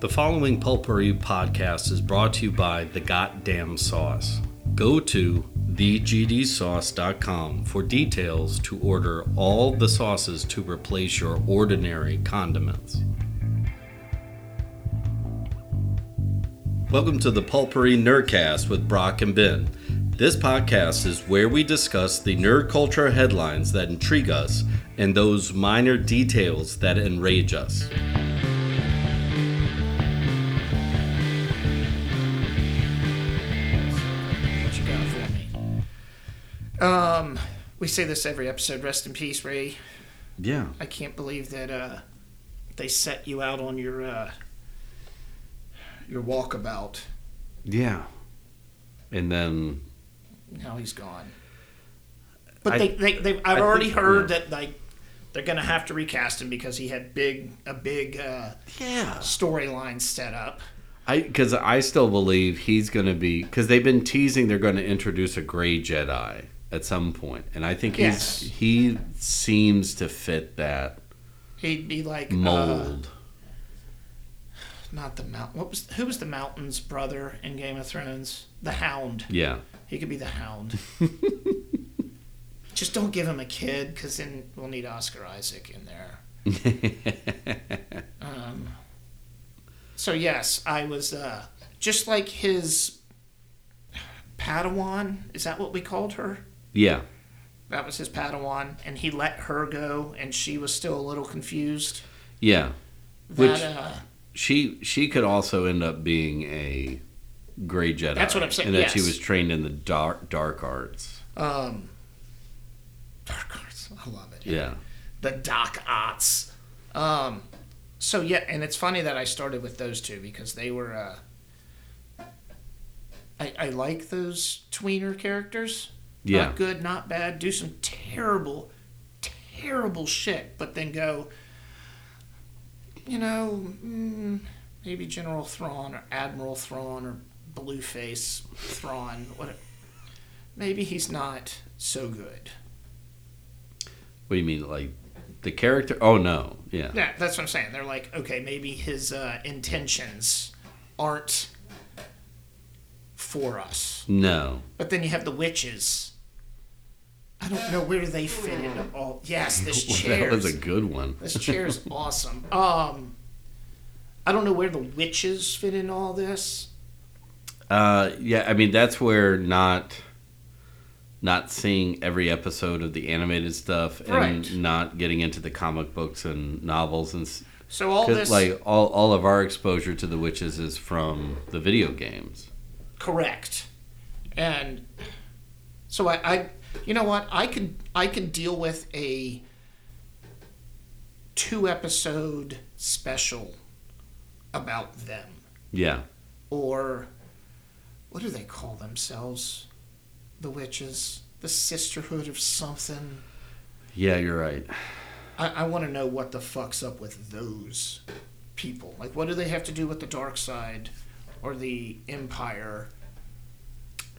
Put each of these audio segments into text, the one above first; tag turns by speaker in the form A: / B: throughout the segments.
A: The following Pulpery podcast is brought to you by The Goddamn Sauce. Go to thegdsauce.com for details to order all the sauces to replace your ordinary condiments. Welcome to the Pulpery Nerdcast with Brock and Ben. This podcast is where we discuss the nerd culture headlines that intrigue us and those minor details that enrage us.
B: What you got for me? Um, we say this every episode. Rest in peace, Ray.
A: Yeah.
B: I can't believe that uh, they set you out on your uh, your walkabout.
A: Yeah. And then
B: Now he's gone. But
A: I-
B: they, they, they I've
A: I
B: already
A: think-
B: heard
A: yeah.
B: that like they're gonna have to recast him because he had big a big uh,
A: yeah,
B: storyline set up.
A: I because I still believe he's going to be because they've been teasing they're going to introduce a gray Jedi at some point, and I think
B: Yes.
A: he's he seems to fit that
B: He'd be like Uh,
A: mold.
B: not the mountain. What was who was the mountain's brother in Game of Thrones? The Hound.
A: yeah,
B: He could be the hound. Just don't give him a kid, because then we'll need Oscar Isaac in there. um, so yes, I was uh, just like his Padawan. Is that what we called her?
A: yeah,
B: That was his Padawan, and he let her go, and she was still a little confused.
A: yeah.
B: That,
A: Which
B: uh,
A: she she could also end up being a gray Jedi.
B: That's what I'm saying,
A: And that she
B: yes.
A: was trained in the dark dark arts.
B: um, Dark Arts, I love it.
A: Yeah,
B: the Doc Ots. Um, so yeah, and it's funny that I started with those two because they were. Uh, I, I like those tweener characters.
A: Yeah.
B: Not good, not bad. Do some terrible, terrible shit, but then go. You know, mm, maybe General Thrawn or Admiral Thrawn or Blueface Thrawn. What? Maybe he's not so good.
A: What do you mean, like the character? Oh no, yeah,
B: Yeah, that's what I'm saying. They're like, okay, maybe his uh, intentions aren't for us.
A: no,
B: But then you have the witches. I don't know where they fit into all. Yes, this
A: that
B: chair.
A: was a good one.
B: This chair is awesome. Um, I don't know where the witches fit in all this.
A: Uh, yeah, I mean that's where not not seeing every episode of the animated stuff and
B: Right.
A: not getting into the comic books and novels and s-
B: So all
A: 'cause,
B: this,
A: like all all of our exposure to the witches is from the video games.
B: correct, and so I, I, you know what, I could I could deal with a two episode special about them
A: Yeah,
B: or what do they call themselves the witches the sisterhood of something
A: yeah, you're right.
B: i, I want to know what the fuck's up with those people like what do they have to do with the dark side or the empire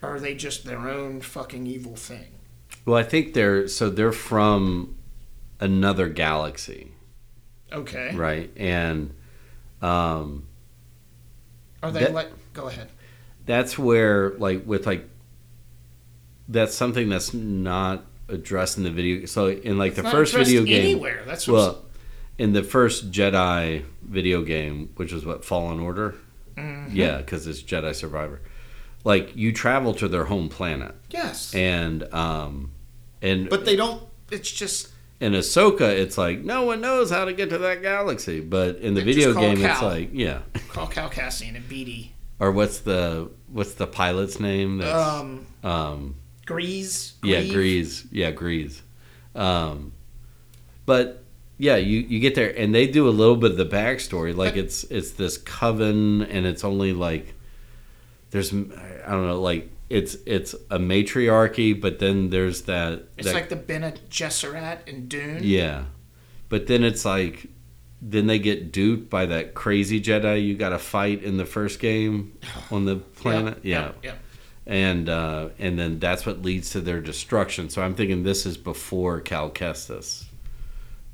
B: are they just their own fucking evil thing
A: Well, I think they're so they're from another galaxy,
B: okay
A: right? And um,
B: are they
A: That-
B: like go ahead
A: that's where like with like that's something that's not addressed in the video so in like the
B: Not
A: first
B: addressed
A: video game
B: anywhere that's what I'm
A: well in the first jedi video game which is what fallen order
B: mm, Mm-hmm.
A: yeah because it's jedi survivor like you travel to their home planet
B: s- yes
A: and um and
B: but they don't it's just
A: in ahsoka it's like no one knows how to get to that galaxy but in the
B: They just
A: video
B: call
A: game it's
B: Cal.
A: like yeah
B: call cal cassian and beatty
A: or what's the what's the pilot's name that's
B: um
A: um
B: Grease.
A: Yeah, Grease. Yeah, Grease. Um, but yeah, you, you get there and they do a little bit of the backstory. Like
B: But-
A: it's it's this coven and it's only like there's I don't know like it's it's a matriarchy, but then there's that.
B: It's
A: that-
B: like the Bene Gesserit in Dune.
A: yeah, but then it's like then they get duped by that crazy Jedi you got to fight in the first game on the planet. yeah
B: Yep. yep.
A: and uh, and then that's what leads to their destruction. So I'm thinking this is before Cal Kestis,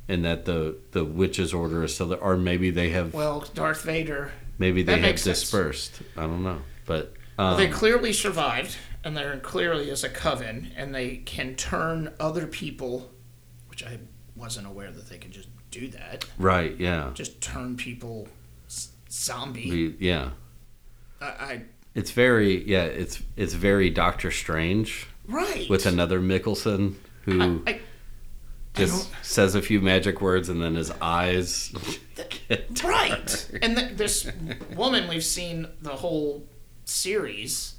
A: and that the the witches order is still there, or maybe they have
B: Well, Darth Vader
A: Maybe
B: That
A: they had
B: makes sense.
A: dispersed. I don't know, but
B: Well,
A: um,
B: they clearly survived, and they're clearly as a coven, and they can turn other people, which I wasn't aware that they could just do that.
A: right, yeah,
B: Just turn people s- zombie.
A: We- yeah.
B: I, I
A: It's very yeah. It's it's very Doctor Strange
B: right.
A: with another Mickelson who
B: I,
A: just says a few magic words and then his eyes. get-
B: right. And th- this woman we've seen the whole series,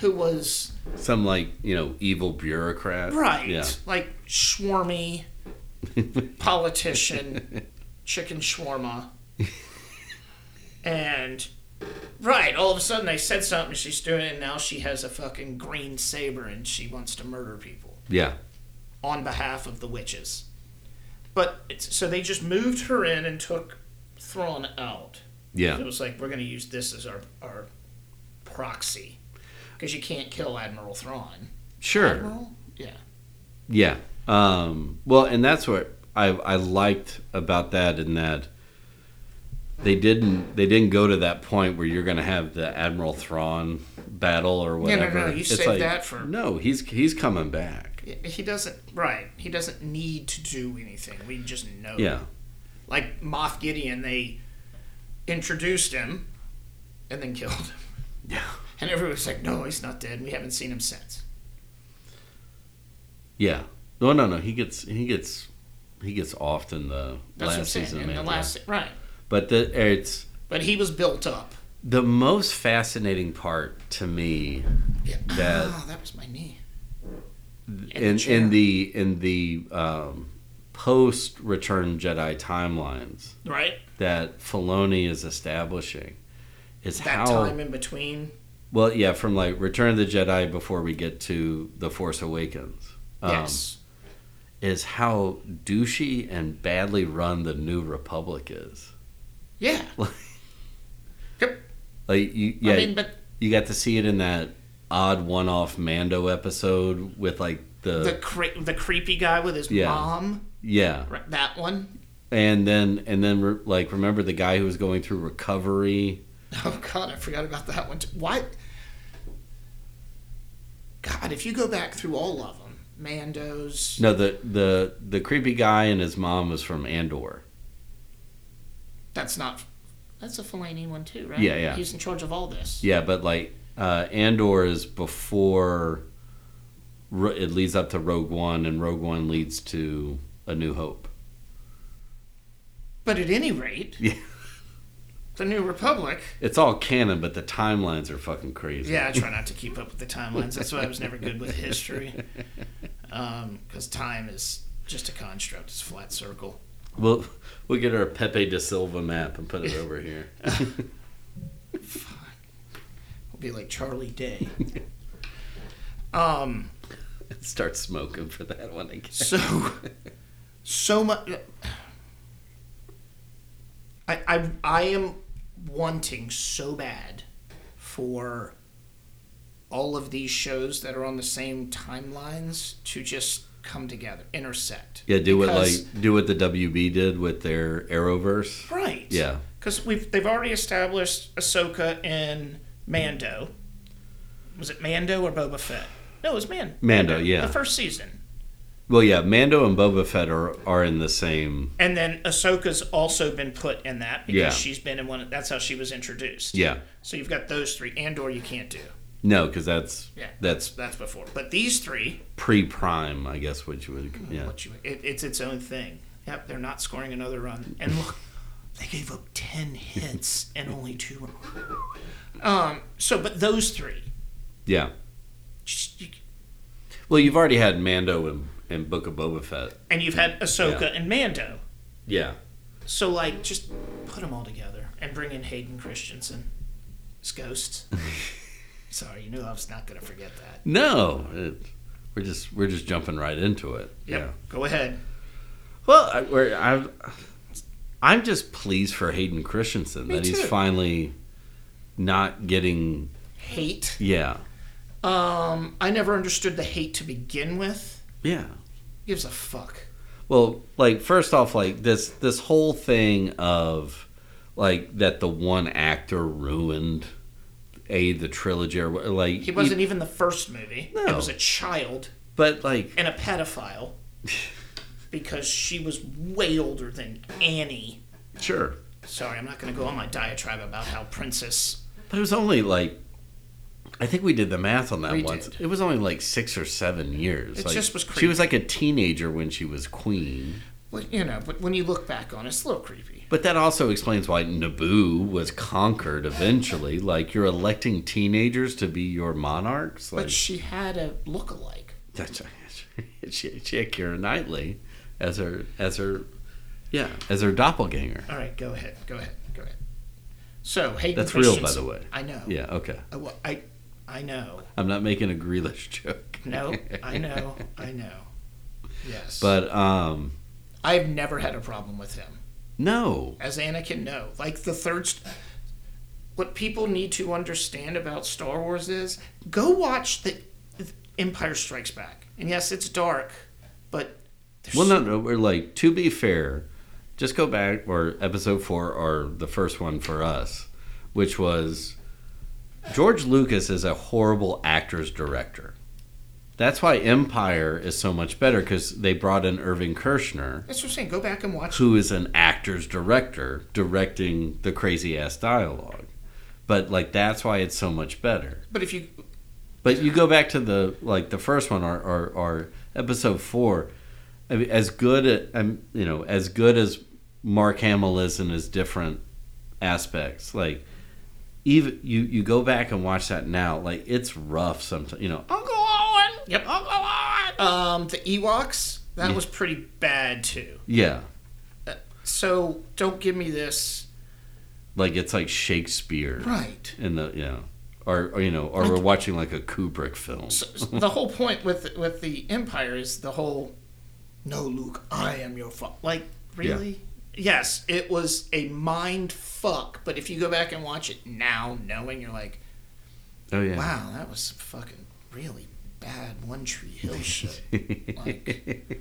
B: who was
A: Some like you know evil bureaucrat.
B: right,
A: Yeah.
B: like swarmy politician, chicken shawarma, and right. All of a sudden, they said something. She's doing it, and now she has a fucking green saber, and she wants to murder people.
A: Yeah.
B: on behalf of the witches. But it's, so they just moved her in and took Thrawn out. It
A: Yeah.
B: was like we're going to use this as our our proxy because you can't kill Admiral Thrawn.
A: Sure.
B: Admiral? Yeah.
A: Yeah. Um, well, and that's what I, I liked about that in that they didn't they didn't go to that point where you're going to have the Admiral Thrawn battle or
B: no, no,
A: whatever.
B: you saved that for-
A: no. He's he's coming back.
B: Y- He doesn't right. He doesn't need to do anything. We just know.
A: Yeah.
B: Like Moff Gideon, they introduced him and then killed him,
A: Yeah.
B: and everyone's like, "No, he's not dead." We haven't seen him since.
A: Yeah. No, no, no. He gets he gets he gets off in the
B: That's what I'm
A: last
B: saying.
A: season.
B: in
A: man,
B: the
A: yeah.
B: last right,
A: But the it's
B: but he was built up.
A: the most fascinating part to me
B: Yeah.
A: That-
B: oh, that was my knee.
A: in
B: chair.
A: in the in the um, post Return Jedi timelines
B: Right?
A: that Filoni is establishing is
B: That
A: how
B: time in between.
A: well yeah from like Return of the Jedi before we get to the Force Awakens um,
B: yes.
A: is how douchey and badly run the New Republic is
B: Yeah. Yep.
A: like you yeah
B: I mean, but
A: you got to see it in that odd one off Mando episode with like the,
B: the cre- the creepy guy with his
A: uh, Yeah.
B: mom,
A: yeah
B: right, that one.
A: and then and then re- like remember the guy who was going through recovery
B: Oh God, I forgot about that one. Too. Why? God, if you go back through all of them, Mando's.
A: no the the the creepy guy and his mom was from andor
B: That's not. That's a Filani one too, right?
A: Yeah, yeah.
B: He's in charge of all this.
A: yeah but like uh andor is before Ro- it leads up to rogue one and rogue one leads to a new hope
B: But at any rate,
A: Yeah.
B: the New Republic.
A: it's all canon but the timelines are fucking crazy
B: Yeah, I try not to keep up with the timelines. That's why I was never good with history. Because time is just a construct, it's a flat circle.
A: we'll we'll get our pepe de silva map and put it over here
B: It'll be like Charlie Day. um,
A: start smoking for that one again
B: so, so much. I, I, I am wanting so bad for all of these shows that are on the same timelines to just come together, intersect.
A: yeah do what
B: Because-
A: like do what the wb did with their arrowverse
B: Right.
A: yeah
B: Because we've they've already established Ahsoka in Mando. Was it Mando or Boba Fett? No, it was Man.
A: Mando, yeah.
B: The first season,
A: Well, yeah, Mando and Boba Fett are, are in the same.
B: and then Ahsoka's also been put in that because
A: Yeah.
B: she's been in one. Of, that's how she was introduced.
A: Yeah,
B: So you've got those three. Andor you can't do.
A: no, because that's
B: Yeah.
A: that's
B: That's before. But these three,
A: pre prime, I guess. Which would yeah,
B: what you, it, it's its own thing. Yep, they're not scoring another run. And look, they gave up ten hits and only two. Runs. Um. So, but those three.
A: yeah.
B: Just, you,
A: Well, you've already had Mando and, and Book of Boba Fett.
B: and you've had Ahsoka and Mando.
A: Yeah,
B: So like, just put them all together and bring in Hayden Christensen, his ghost. Sorry, you knew I was not gonna forget that.
A: no, it, we're just we're just jumping right into it. Yeah.
B: Go ahead.
A: Well, I, we're, I'm I'm just pleased for Hayden Christensen
B: Me
A: that he's
B: too.
A: finally not getting
B: Hate.
A: yeah
B: Um, I never understood the hate to begin with.
A: yeah
B: Gives a fuck.
A: Well, like first off, like this this whole thing of like that the one actor ruined a the trilogy or wha- like
B: He wasn't even the first movie.
A: No.
B: It was a child
A: but like
B: and a pedophile because she was way older than Annie.
A: sure
B: Sorry, I'm not going to go on my diatribe about how Princess.
A: but it was only like I think we did the math on that
B: We
A: once.
B: did.
A: It was only like six or seven years.
B: It
A: Like,
B: just was
A: She was like a teenager when she was queen.
B: Well, you know, but when you look back on it, it's a little creepy.
A: But that also explains why Naboo was conquered eventually. Like you're electing teenagers to be your monarchs. Like
B: But she had a look-alike.
A: that's she, she had Keira Knightley as her as her yeah as her doppelganger.
B: All right, go ahead, go ahead, go ahead. So Hayden
A: That's real,
B: Christensen.
A: by the way.
B: I know.
A: Yeah, okay.
B: I, wa- I, I know.
A: I'm not making a Grealish joke.
B: No, I know. I know. Yes.
A: But um,
B: I've never had a problem with him.
A: no,
B: As Anakin, no. Like the third. St- what people need to understand about Star Wars is go watch the the Empire Strikes Back. And yes, it's dark, but there's
A: well, no, no. We're like to be fair, just go back or episode four or the first one for us, which was George Lucas is a horrible actor's director. That's why Empire is so much better because they brought in Irving Kershner,
B: That's what I'm saying. Go back and watch.
A: who is an actor's director, directing the crazy ass dialogue. But like that's why it's so much better.
B: But if you
A: But you go back to the like the first one or or, or episode four. I mean, as good a- um, you know, as good as Mark Hamill is in his different aspects, like even you you go back and watch that now, like it's rough sometimes. You know,
B: Uncle Owen. Yep. Uncle Owen. Um, the Ewoks. That was pretty bad too.
A: yeah,
B: So don't give me this.
A: like it's like Shakespeare
B: Right.
A: in the you know, or, or you know, or we're watching like a Kubrick film.
B: So the whole point with with the Empire is the whole. No, Luke, I am your fuck. Like really? Yes, it was a mind fuck. But if you go back and watch it now, knowing you're like,
A: Oh yeah,
B: wow, that was some fucking really bad One Tree Hill shit. like,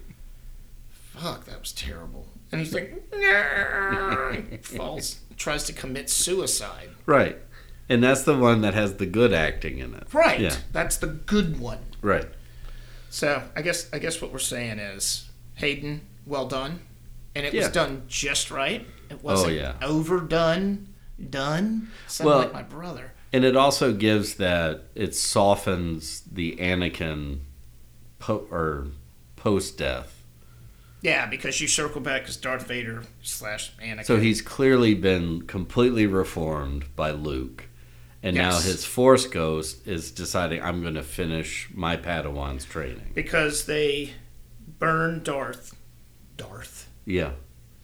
B: fuck, that was terrible. And he's like, "Nah," he falls, tries to commit suicide.
A: right. And that's the one that has the good acting in it.
B: Right.
A: Yeah.
B: That's the good one.
A: Right.
B: So I guess I guess what we're saying is Hayden, well done, and it
A: Yeah. Oh,
B: was done just right. It wasn't
A: yeah.
B: overdone. Done. Sound
A: Well-
B: like my brother.
A: And it also gives that it softens the Anakin po- or post death.
B: Yeah, because you circle back as Darth Vader slash Anakin.
A: So he's clearly been completely reformed by Luke. And now
B: Yes.
A: his Force Ghost is deciding, I'm going to finish my Padawan's training.
B: because they burn Darth. Darth.
A: Yeah.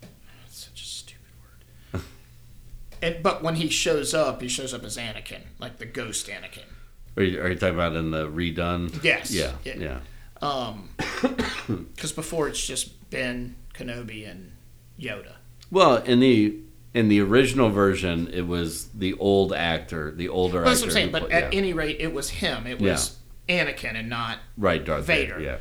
B: That's such a stupid word. and but when he shows up, he shows up as Anakin, like the ghost Anakin.
A: Are you, are you talking about in the redone?
B: Yes.
A: Yeah. Yeah.
B: Yeah. Um, because before it's just Ben Kenobi and Yoda.
A: Well, in the. In the original version, it was the old actor, the older
B: Well, that's
A: actor.
B: what I'm saying.
A: who
B: But
A: pla-
B: at
A: yeah.
B: any rate, it was him. It was Anakin and not.
A: right, Darth Vader.
B: Vader.
A: Yeah,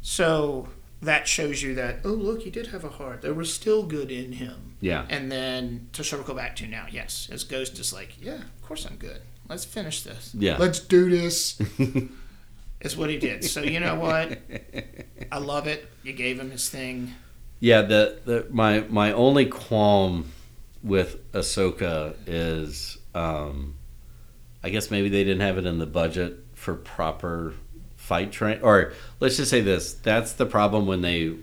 B: So that shows you that, oh, look, he did have a heart. There was still good in him.
A: yeah.
B: And then to circle back to now, yes, as Ghost is like, yeah, of course I'm good. Let's finish this.
A: Yeah.
B: Let's do this. is what he did. So you know what? I love it. You gave him his thing.
A: Yeah, the, the my my only qualm with Ahsoka is, um, I guess maybe they didn't have it in the budget for proper fight train. Or let's just say this: that's the problem when they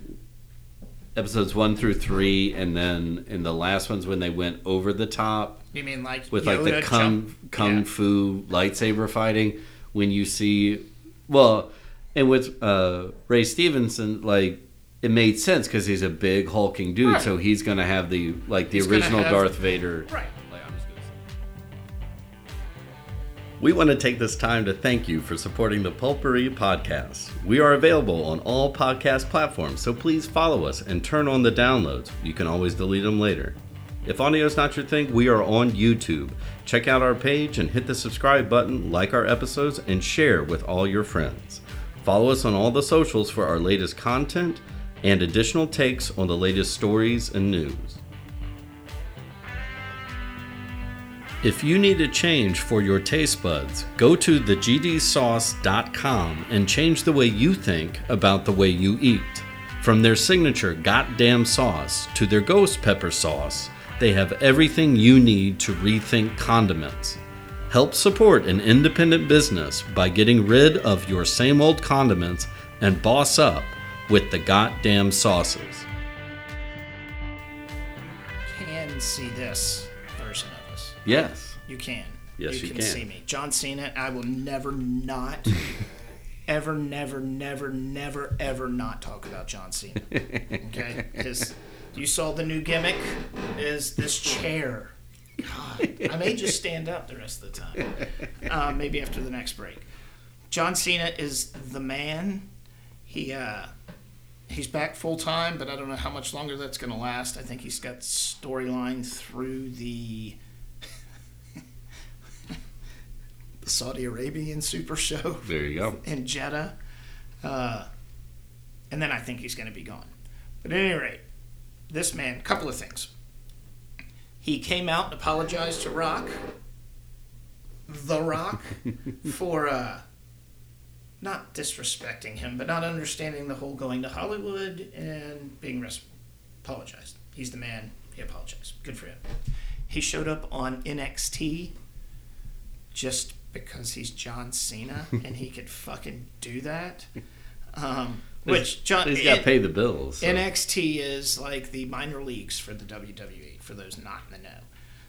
A: episodes one through three, and then in the last ones when they went over the top
B: You mean like
A: with
B: Yoda
A: like the kung
B: jump-
A: kung
B: Yeah.
A: fu lightsaber fighting when you see well and with uh ray stevenson like it made sense because he's a big hulking dude
B: Right.
A: so he's gonna have the like the
B: He's gonna
A: original
B: have-
A: darth vader
B: Right.
A: like, I'm just gonna say- we want to take this time to thank you for supporting the Pulpery Podcast. We are available on all podcast platforms, so please follow us and turn on the downloads. You can always delete them later. If audio is not your thing, we are on YouTube. Check out our page and hit the subscribe button, like our episodes, and share with all your friends. Follow us on all the socials for our latest content and additional takes on the latest stories and news. If you need a change for your taste buds, go to thegdsauce.com and change the way you think about the way you eat. From their signature goddamn sauce to their ghost pepper sauce, they have everything you need to rethink condiments. Help support an independent business by getting rid of your same old condiments and boss up with the goddamn sauces.
B: Can see this version of us.
A: Yes.
B: You can.
A: Yes, you
B: can,
A: can.
B: see me. John Cena, I will never not, ever, never, never, never, ever not talk about John Cena. Okay? Because you saw the new gimmick is this chair. God, I may just stand up the rest of the time. Uh, maybe after the next break. John Cena is the man. He uh, he's back full time, but I don't know how much longer that's going to last. I think he's got storyline through the Saudi Arabian Super Show
A: There you go.
B: in Jeddah. Uh, and then I think he's going to be gone. But at any rate, this man, couple of things. He came out and apologized to Rock, The Rock, for uh, not disrespecting him, but not understanding the whole going to Hollywood and being res- apologized. He's the man. He apologized. Good for him. He showed up on NXT just because he's John Cena and he could fucking do that. Um, which John
A: He's got to
B: it-
A: pay the bills. so-
B: NXT is like the minor leagues for the WWE, for those not in the know.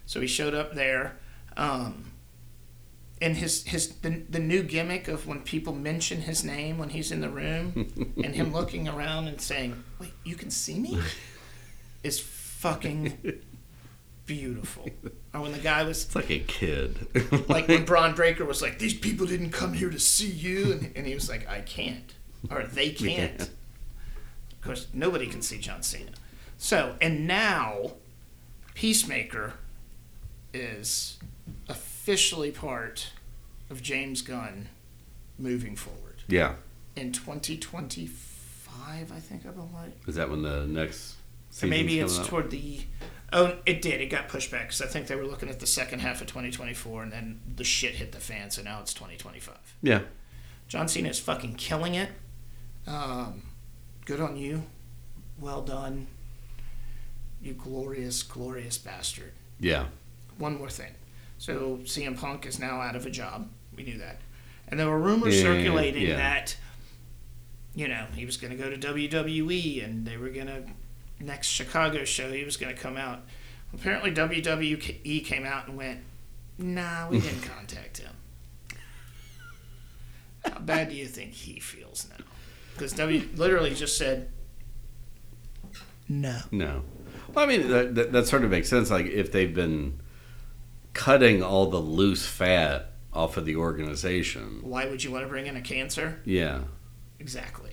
B: So he showed up there. Um, and his, his the, the new gimmick of when people mention his name when he's in the room and him looking around and saying, Wait, you can see me? is fucking beautiful. Or when the guy was
A: It's like a kid.
B: like when Braun Breaker was like, "These people didn't come here to see you," and, and he was like, "I can't," or "They can't."
A: Yeah.
B: Of course, nobody can see John Cena. So, and now, Peacemaker is officially part of James Gunn moving forward
A: yeah.
B: in 2025. I think I'm right.
A: Is that when the next season?
B: Maybe it's toward the. Oh, it did. It got pushed back because I think they were looking at the second half of 2024, and then the shit hit the fan. So now it's 2025.
A: Yeah.
B: John Cena is fucking killing it. Um, good on you. Well done. You glorious, glorious bastard.
A: Yeah.
B: One more thing. So
A: Mm-hmm.
B: CM Punk is now out of a job. We knew that. And there were rumors
A: Yeah,
B: circulating
A: yeah.
B: that, you know, he was going to go to WWE and they were going to, next Chicago show, he was going to come out. Apparently, WWE came out and went, nah, we didn't contact him. How bad do you think he feels now? Because W literally just said, no.
A: No. Well, I mean, that, that, that sort of makes sense. Like, if they've been cutting all the loose fat off of the organization.
B: Why would you want to bring in a cancer?
A: Yeah.
B: Exactly.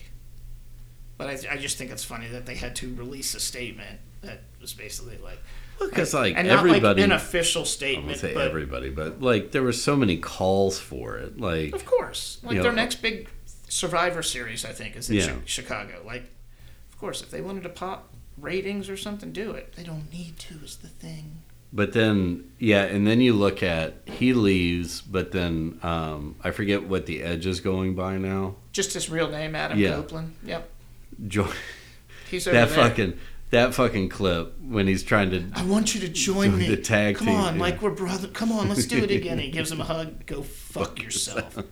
B: But I, I just think it's funny that they had to release a statement that was basically like,
A: Because, like,
B: and not
A: everybody.
B: like an official
A: I'm going
B: statement,
A: to say
B: but
A: everybody, but, like, there were so many calls for it. Like,
B: of course, like
A: You
B: their
A: know.
B: next big Survivor series, I think, is in
A: Yeah.
B: Chi- Chicago. Like, of course, if they wanted to pop ratings or something, do it. They don't need to. Is the thing.
A: But then, yeah, and then you look at he leaves, but then um, I forget what the edge is going by now.
B: Just his real name, Adam
A: Yeah.
B: Copeland. Yep,
A: Jo-
B: he's over
A: that
B: there.
A: fucking that fucking clip when he's trying to
B: I want you to join
A: Join
B: me.
A: the tag
B: Come
A: team,
B: on,
A: yeah.
B: like we're brother. Come on, let's do it again. He gives him a hug. Go fuck yourself.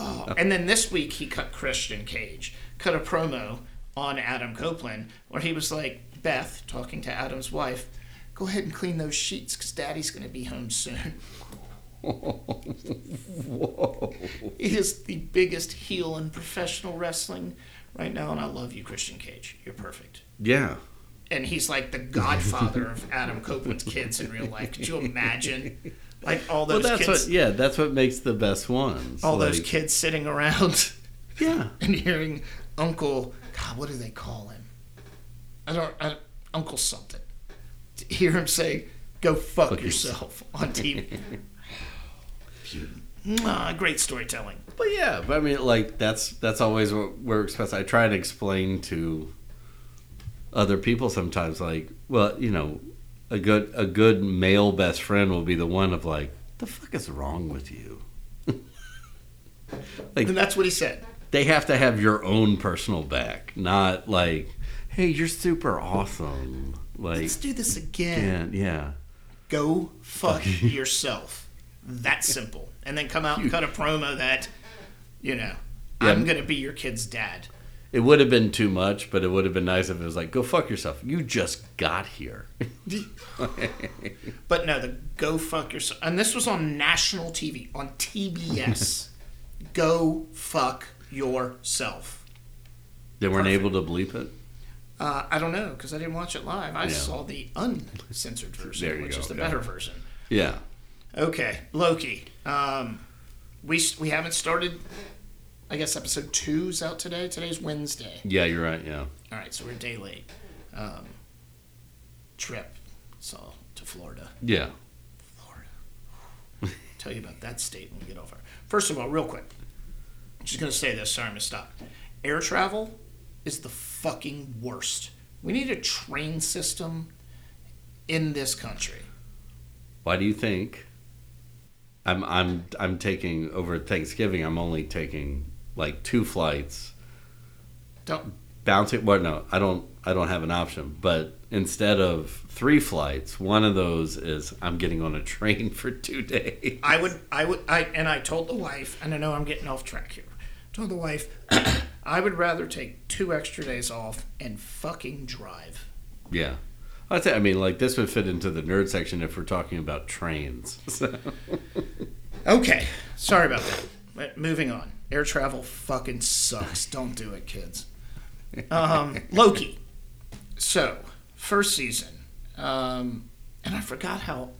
B: Oh, and then this week he cut Christian Cage, cut a promo on Adam Copeland where he was like, Beth, talking to Adam's wife, go ahead and clean those sheets because daddy's going to be home soon.
A: whoa.
B: He is the biggest heel in professional wrestling right now, and I love you, Christian Cage. You're perfect.
A: Yeah.
B: and he's like the godfather of Adam Copeland's kids in real life. Could you imagine, like all
A: Well,
B: those
A: that's
B: kids,
A: what. Yeah, that's what makes the best ones.
B: all those
A: Like,
B: kids sitting around
A: Yeah.
B: and hearing Uncle God, what do they call him? I don't, I, Uncle something. To hear him say, "Go fuck, yourself" on TV. Mwah, great storytelling.
A: But yeah, but I mean, like that's that's always what we're expressed. I try and explain to other people sometimes, like, well, you know, a good a good male best friend will be the one of like, the fuck is wrong with you?
B: And that's what he said.
A: They have to have your own personal back, not like, hey, you're super awesome. Like,
B: Let's do this again.
A: and yeah,
B: Go fuck yourself. That simple. And then come out and cut a promo that, you know, I'm going to be your kid's dad.
A: it would have been too much, but it would have been nice if it was like, go fuck yourself. You just got here.
B: But no, the go fuck yourself. And this was on national TV, on TBS. go fuck yourself.
A: They weren't able to bleep it.
B: Uh, I don't know because I didn't watch it live. I
A: Yeah.
B: saw the uncensored
A: There
B: version,
A: you
B: which
A: go,
B: is the
A: yeah.
B: better version.
A: Yeah.
B: Okay, Loki. Um, we s- we haven't started. I guess episode two's out today. Today's Wednesday.
A: Yeah, you're right. Yeah.
B: All right, so we're a day late. Um, trip, so to Florida.
A: Yeah.
B: Florida. Tell you about that state when we get over. First of all, real quick, I'm just gonna say this. Sorry, I'm gonna stop. Air travel is the fucking worst. We need a train system in this country.
A: Why do you think? I'm I'm I'm taking over Thanksgiving. I'm only taking like two flights.
B: Don't
A: Bouncing. Well, no, I don't. I don't have an option. But instead of three flights, one of those is I'm getting on a train for two days.
B: I would, I would, I and I told the wife, and I know I'm getting off track here. Told the wife, I would rather take two extra days off and fucking drive.
A: Yeah. I'd say, I mean, like this would fit into the nerd section if we're talking about trains.
B: Okay, sorry about that. But moving on. Air travel fucking sucks. Don't do it, kids. Um, Loki. So, first season, um, and I forgot how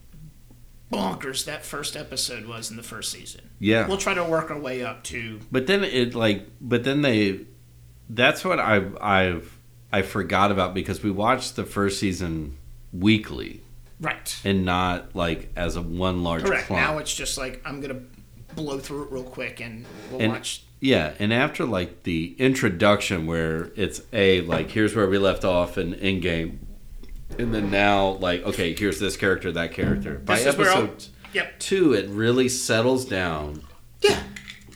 B: bonkers that first episode was in the first season.
A: Yeah.
B: We'll try to work our way up to
A: But then it like, but then they, that's what I I've I forgot about because we watched the first season weekly
B: right.
A: and not like as a one large
B: Correct.
A: clump.
B: Now it's just like I'm gonna blow through it real quick and we'll
A: And-
B: watch.
A: yeah, and after like the introduction where it's a like here's where we left off in in game, and then now like okay here's this character that character. By
B: This is where I'll-
A: episode
B: Yep.
A: two, it really settles down,
B: Yeah.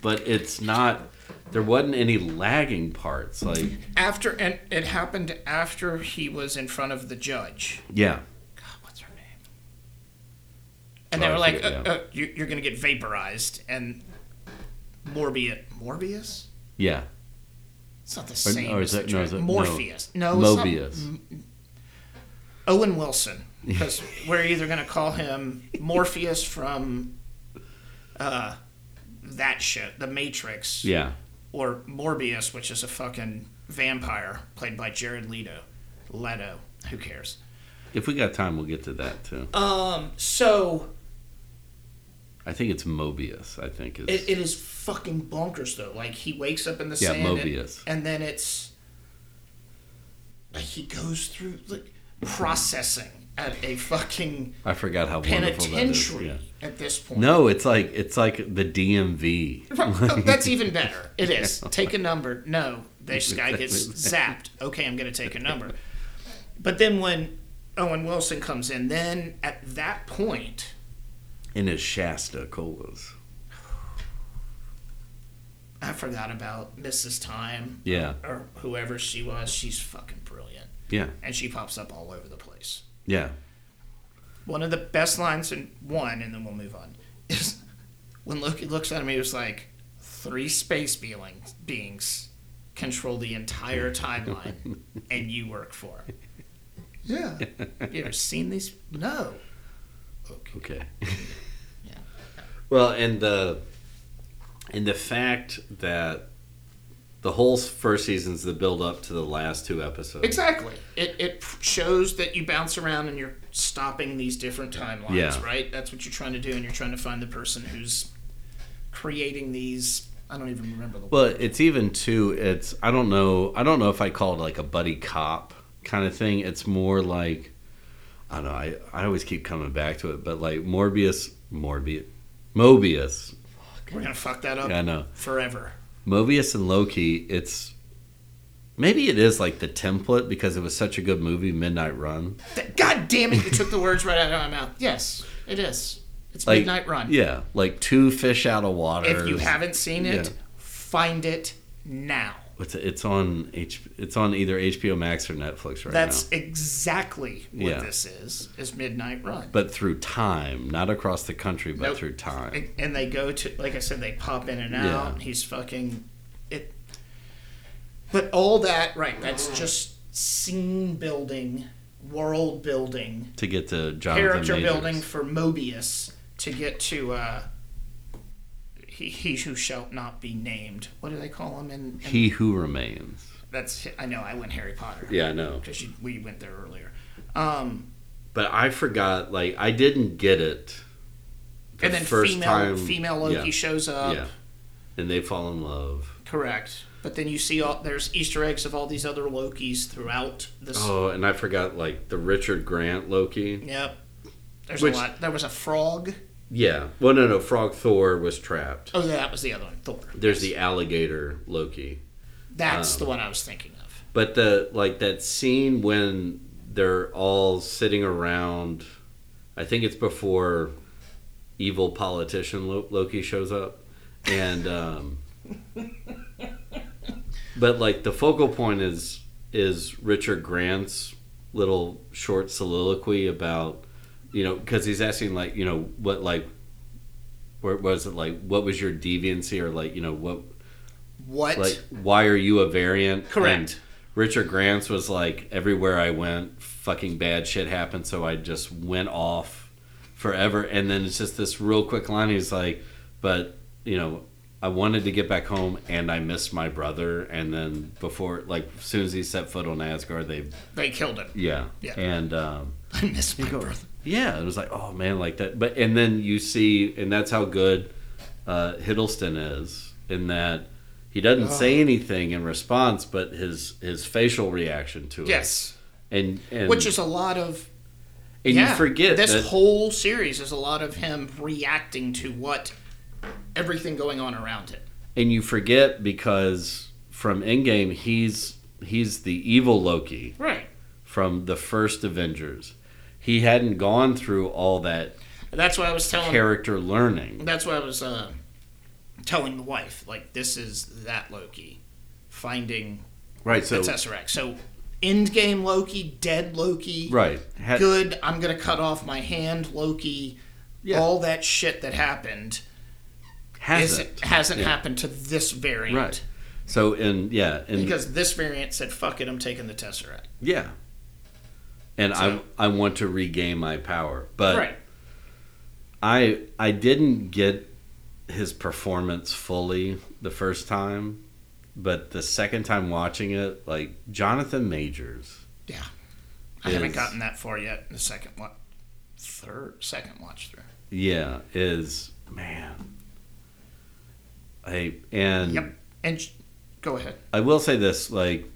A: but it's not. There wasn't any lagging parts. Like
B: After and it happened after he was in front of the judge.
A: yeah,
B: God, what's her name? And they
A: Oh, I
B: were like,
A: forget,
B: uh, uh, you, "You're gonna get vaporized." And Morbius, Morbius.
A: yeah.
B: It's not the
A: Or-
B: same.
A: or is
B: as the
A: it- Oh, no, is
B: Drake.
A: it- no.
B: Morpheus. No, it's not-
A: Mobius.
B: Owen Wilson, because we're either going to call him Morpheus from uh, that show, The Matrix,
A: Yeah.
B: or Morbius, which is a fucking vampire played by Jared Leto. Leto, who cares?
A: If we got time, we'll get to that too.
B: Uh, So
A: I think it's Mobius. I think is
B: it, it is fucking bonkers, though. Like he wakes up in the
A: Yeah,
B: sand, and-
A: Mobius.
B: And, then it's like he goes through like processing at a fucking
A: I forgot how wonderful that is.
B: penitentiary
A: Yeah.
B: at this point.
A: No, it's like it's like the DMV.
B: Right. oh, That's even better. It is. Take a number. No, this guy gets zapped. Okay, I'm going to take a number. But then when Owen Wilson comes in, then at that point,
A: in his Shasta colas.
B: I forgot about Mrs. Time
A: Yeah,
B: or whoever she was. She's fucking brilliant.
A: yeah,
B: And she pops up all over the place.
A: yeah.
B: One of the best lines in one, and then we'll move on, is when Loki looks at him, he was like, three space beings, beings control the entire timeline, and you work for 'em." Yeah. you ever seen these? No. Okay.
A: Okay.
B: Yeah.
A: Well, and the and the fact that the whole first season's the build up to the last two episodes.
B: Exactly. It, it shows that you bounce around and you're stopping these different timelines,
A: Yeah.
B: right? That's what you're trying to do, and you're trying to find the person who's creating these. I don't even remember the
A: Well, it's even too. It's I don't know. I don't know if I call it like a buddy cop kind of thing. It's more like I don't know. I I always keep coming back to it, but like Morbius, Morbius, Mobius.
B: Oh. We're going to fuck that up
A: Yeah, I know.
B: forever.
A: Mobius and Loki. It's Maybe it is like the template because it was such a good movie, Midnight Run.
B: Th- God damn it! You took the words right out of my mouth. Yes, it is. It's
A: Like
B: Midnight Run.
A: Yeah, like two fish out of water.
B: If you haven't seen it,
A: Yeah.
B: find it now.
A: it's, it's on H, it's on either HBO Max or Netflix right now.
B: That's exactly what
A: Yeah.
B: this is. Is Midnight Run.
A: But through time, not across the country, but
B: Nope.
A: through time.
B: And- and they go to like I said, they pop in and out. He's fucking it. But all that right?
A: Mm.
B: That's just scene building, world building,
A: To get to Jonathan
B: character
A: Majors.
B: building for Mobius to get to. uh he, he who shall not be named. What do they call him? And
A: He who remains.
B: that's I know I went Harry Potter
A: Yeah, I know.
B: because we went there earlier. Um,
A: But I forgot. Like I didn't get it. the
B: and then female female Loki
A: yeah,
B: shows up.
A: yeah, and they fall in love.
B: Correct. But then you see all there's Easter eggs of all these other Lokis throughout this.
A: Oh, and I forgot like the Richard Grant Loki.
B: Yep. There's
A: Which-
B: a lot. There was a frog.
A: Yeah. Well, no, no. Frog Thor was trapped.
B: Oh, that was the other one. Thor.
A: There's the alligator Loki. um,
B: That's the one I was thinking of.
A: But the like that scene when they're all sitting around, I think it's before evil politician Lo- Loki shows up, and um, but like the focal point is is Richard Grant's little short soliloquy about you know because he's asking like you know what like where was it like what was your deviancy or like you know what
B: What?
A: like why are you a variant
B: Correct.
A: And richard grants was like everywhere i went fucking bad shit happened so i just went off forever and then it's just this real quick line he's like but you know i wanted to get back home and i missed my brother and then before like as soon as he set foot on asgard they
B: they killed him.
A: yeah
B: Yeah.
A: and um
B: I miss my brother.
A: yeah, it was like, oh man, like that. But and then you see, and that's how good uh, Hiddleston is in that he
B: Oh.
A: doesn't say anything in response, but his his facial reaction to it.
B: Yes.
A: and, and
B: Which is a lot of.
A: and
B: yeah,
A: you forget
B: this
A: that,
B: whole series is a lot of him reacting to what everything going on around him.
A: and you forget because from Endgame, he's he's the evil Loki
B: Right.
A: from the first Avengers. He hadn't gone through all that
B: That's why I was telling
A: character learning.
B: That's what I was uh, telling the wife. Like, this is that Loki finding
A: Right. So
B: the Tesseract. So, endgame Loki, dead Loki,
A: right. Had-
B: good, I'm going to cut off my hand Loki.
A: Yeah.
B: All that shit that happened is,
A: hasn't
B: hasn't
A: Yeah.
B: happened to this variant.
A: Right. So in yeah in
B: Because this variant said, fuck it, I'm taking the Tesseract.
A: Yeah. And
B: So-
A: I I want to regain my power, but
B: right.
A: I I didn't get his performance fully the first time, but the second time watching it, like Jonathan Majors,
B: Yeah. I haven't
A: is-
B: gotten that far yet in the second one. Third, second watch through.
A: yeah, is man. I and
B: Yep. And sh- go ahead.
A: I will say this, like,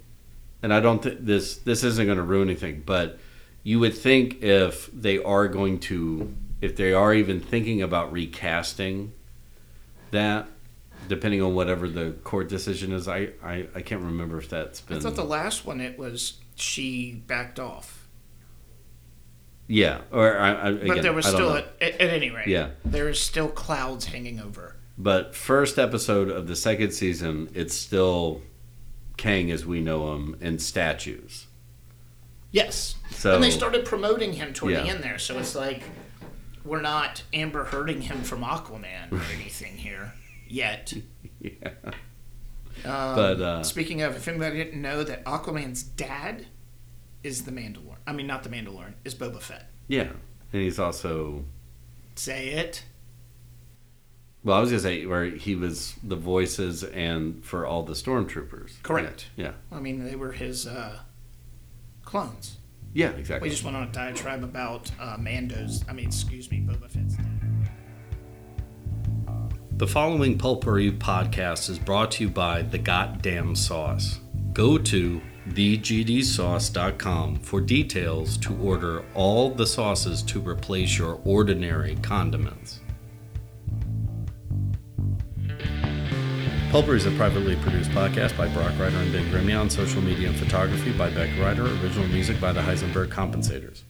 A: and I don't think this this isn't going to ruin anything, but you would think if they are going to, if they are even thinking about recasting that, depending on whatever the court decision is, I I, I can't remember if that's been
B: I thought the last one it was she backed off,
A: yeah or I, I again,
B: but there was
A: I don't
B: still
A: know.
B: a, at, at any rate,
A: Yeah.
B: there is still clouds hanging over.
A: But first episode of the second season, it's still Kang as we know him and statues.
B: Yes,
A: So-
B: and they started promoting him toward
A: Yeah.
B: the end there, so it's like we're not Amber hurting him from Aquaman or anything here yet.
A: Yeah.
B: Um,
A: But, uh,
B: speaking of, if anybody didn't know that Aquaman's dad is the Mandalorian. I mean, not the Mandalorian is Boba Fett.
A: Yeah, and he's also
B: Say it.
A: Well, I was gonna say where he was the voices and for all the stormtroopers.
B: Correct.
A: Yeah.
B: I mean, they were his uh, clones.
A: Yeah,
B: We
A: exactly.
B: just went on a diatribe about uh, Mando's. I mean, excuse me, Boba Fett's.
C: The following Pulpery podcast is brought to you by The Goddamn Sauce. Go to thegdsauce.com for details to order all the sauces to replace your ordinary condiments.
A: Pulper is a privately produced podcast by Brock Ryder and Ben Grimmie on social media and photography by Beck Ryder, original music by the Heisenberg Compensators.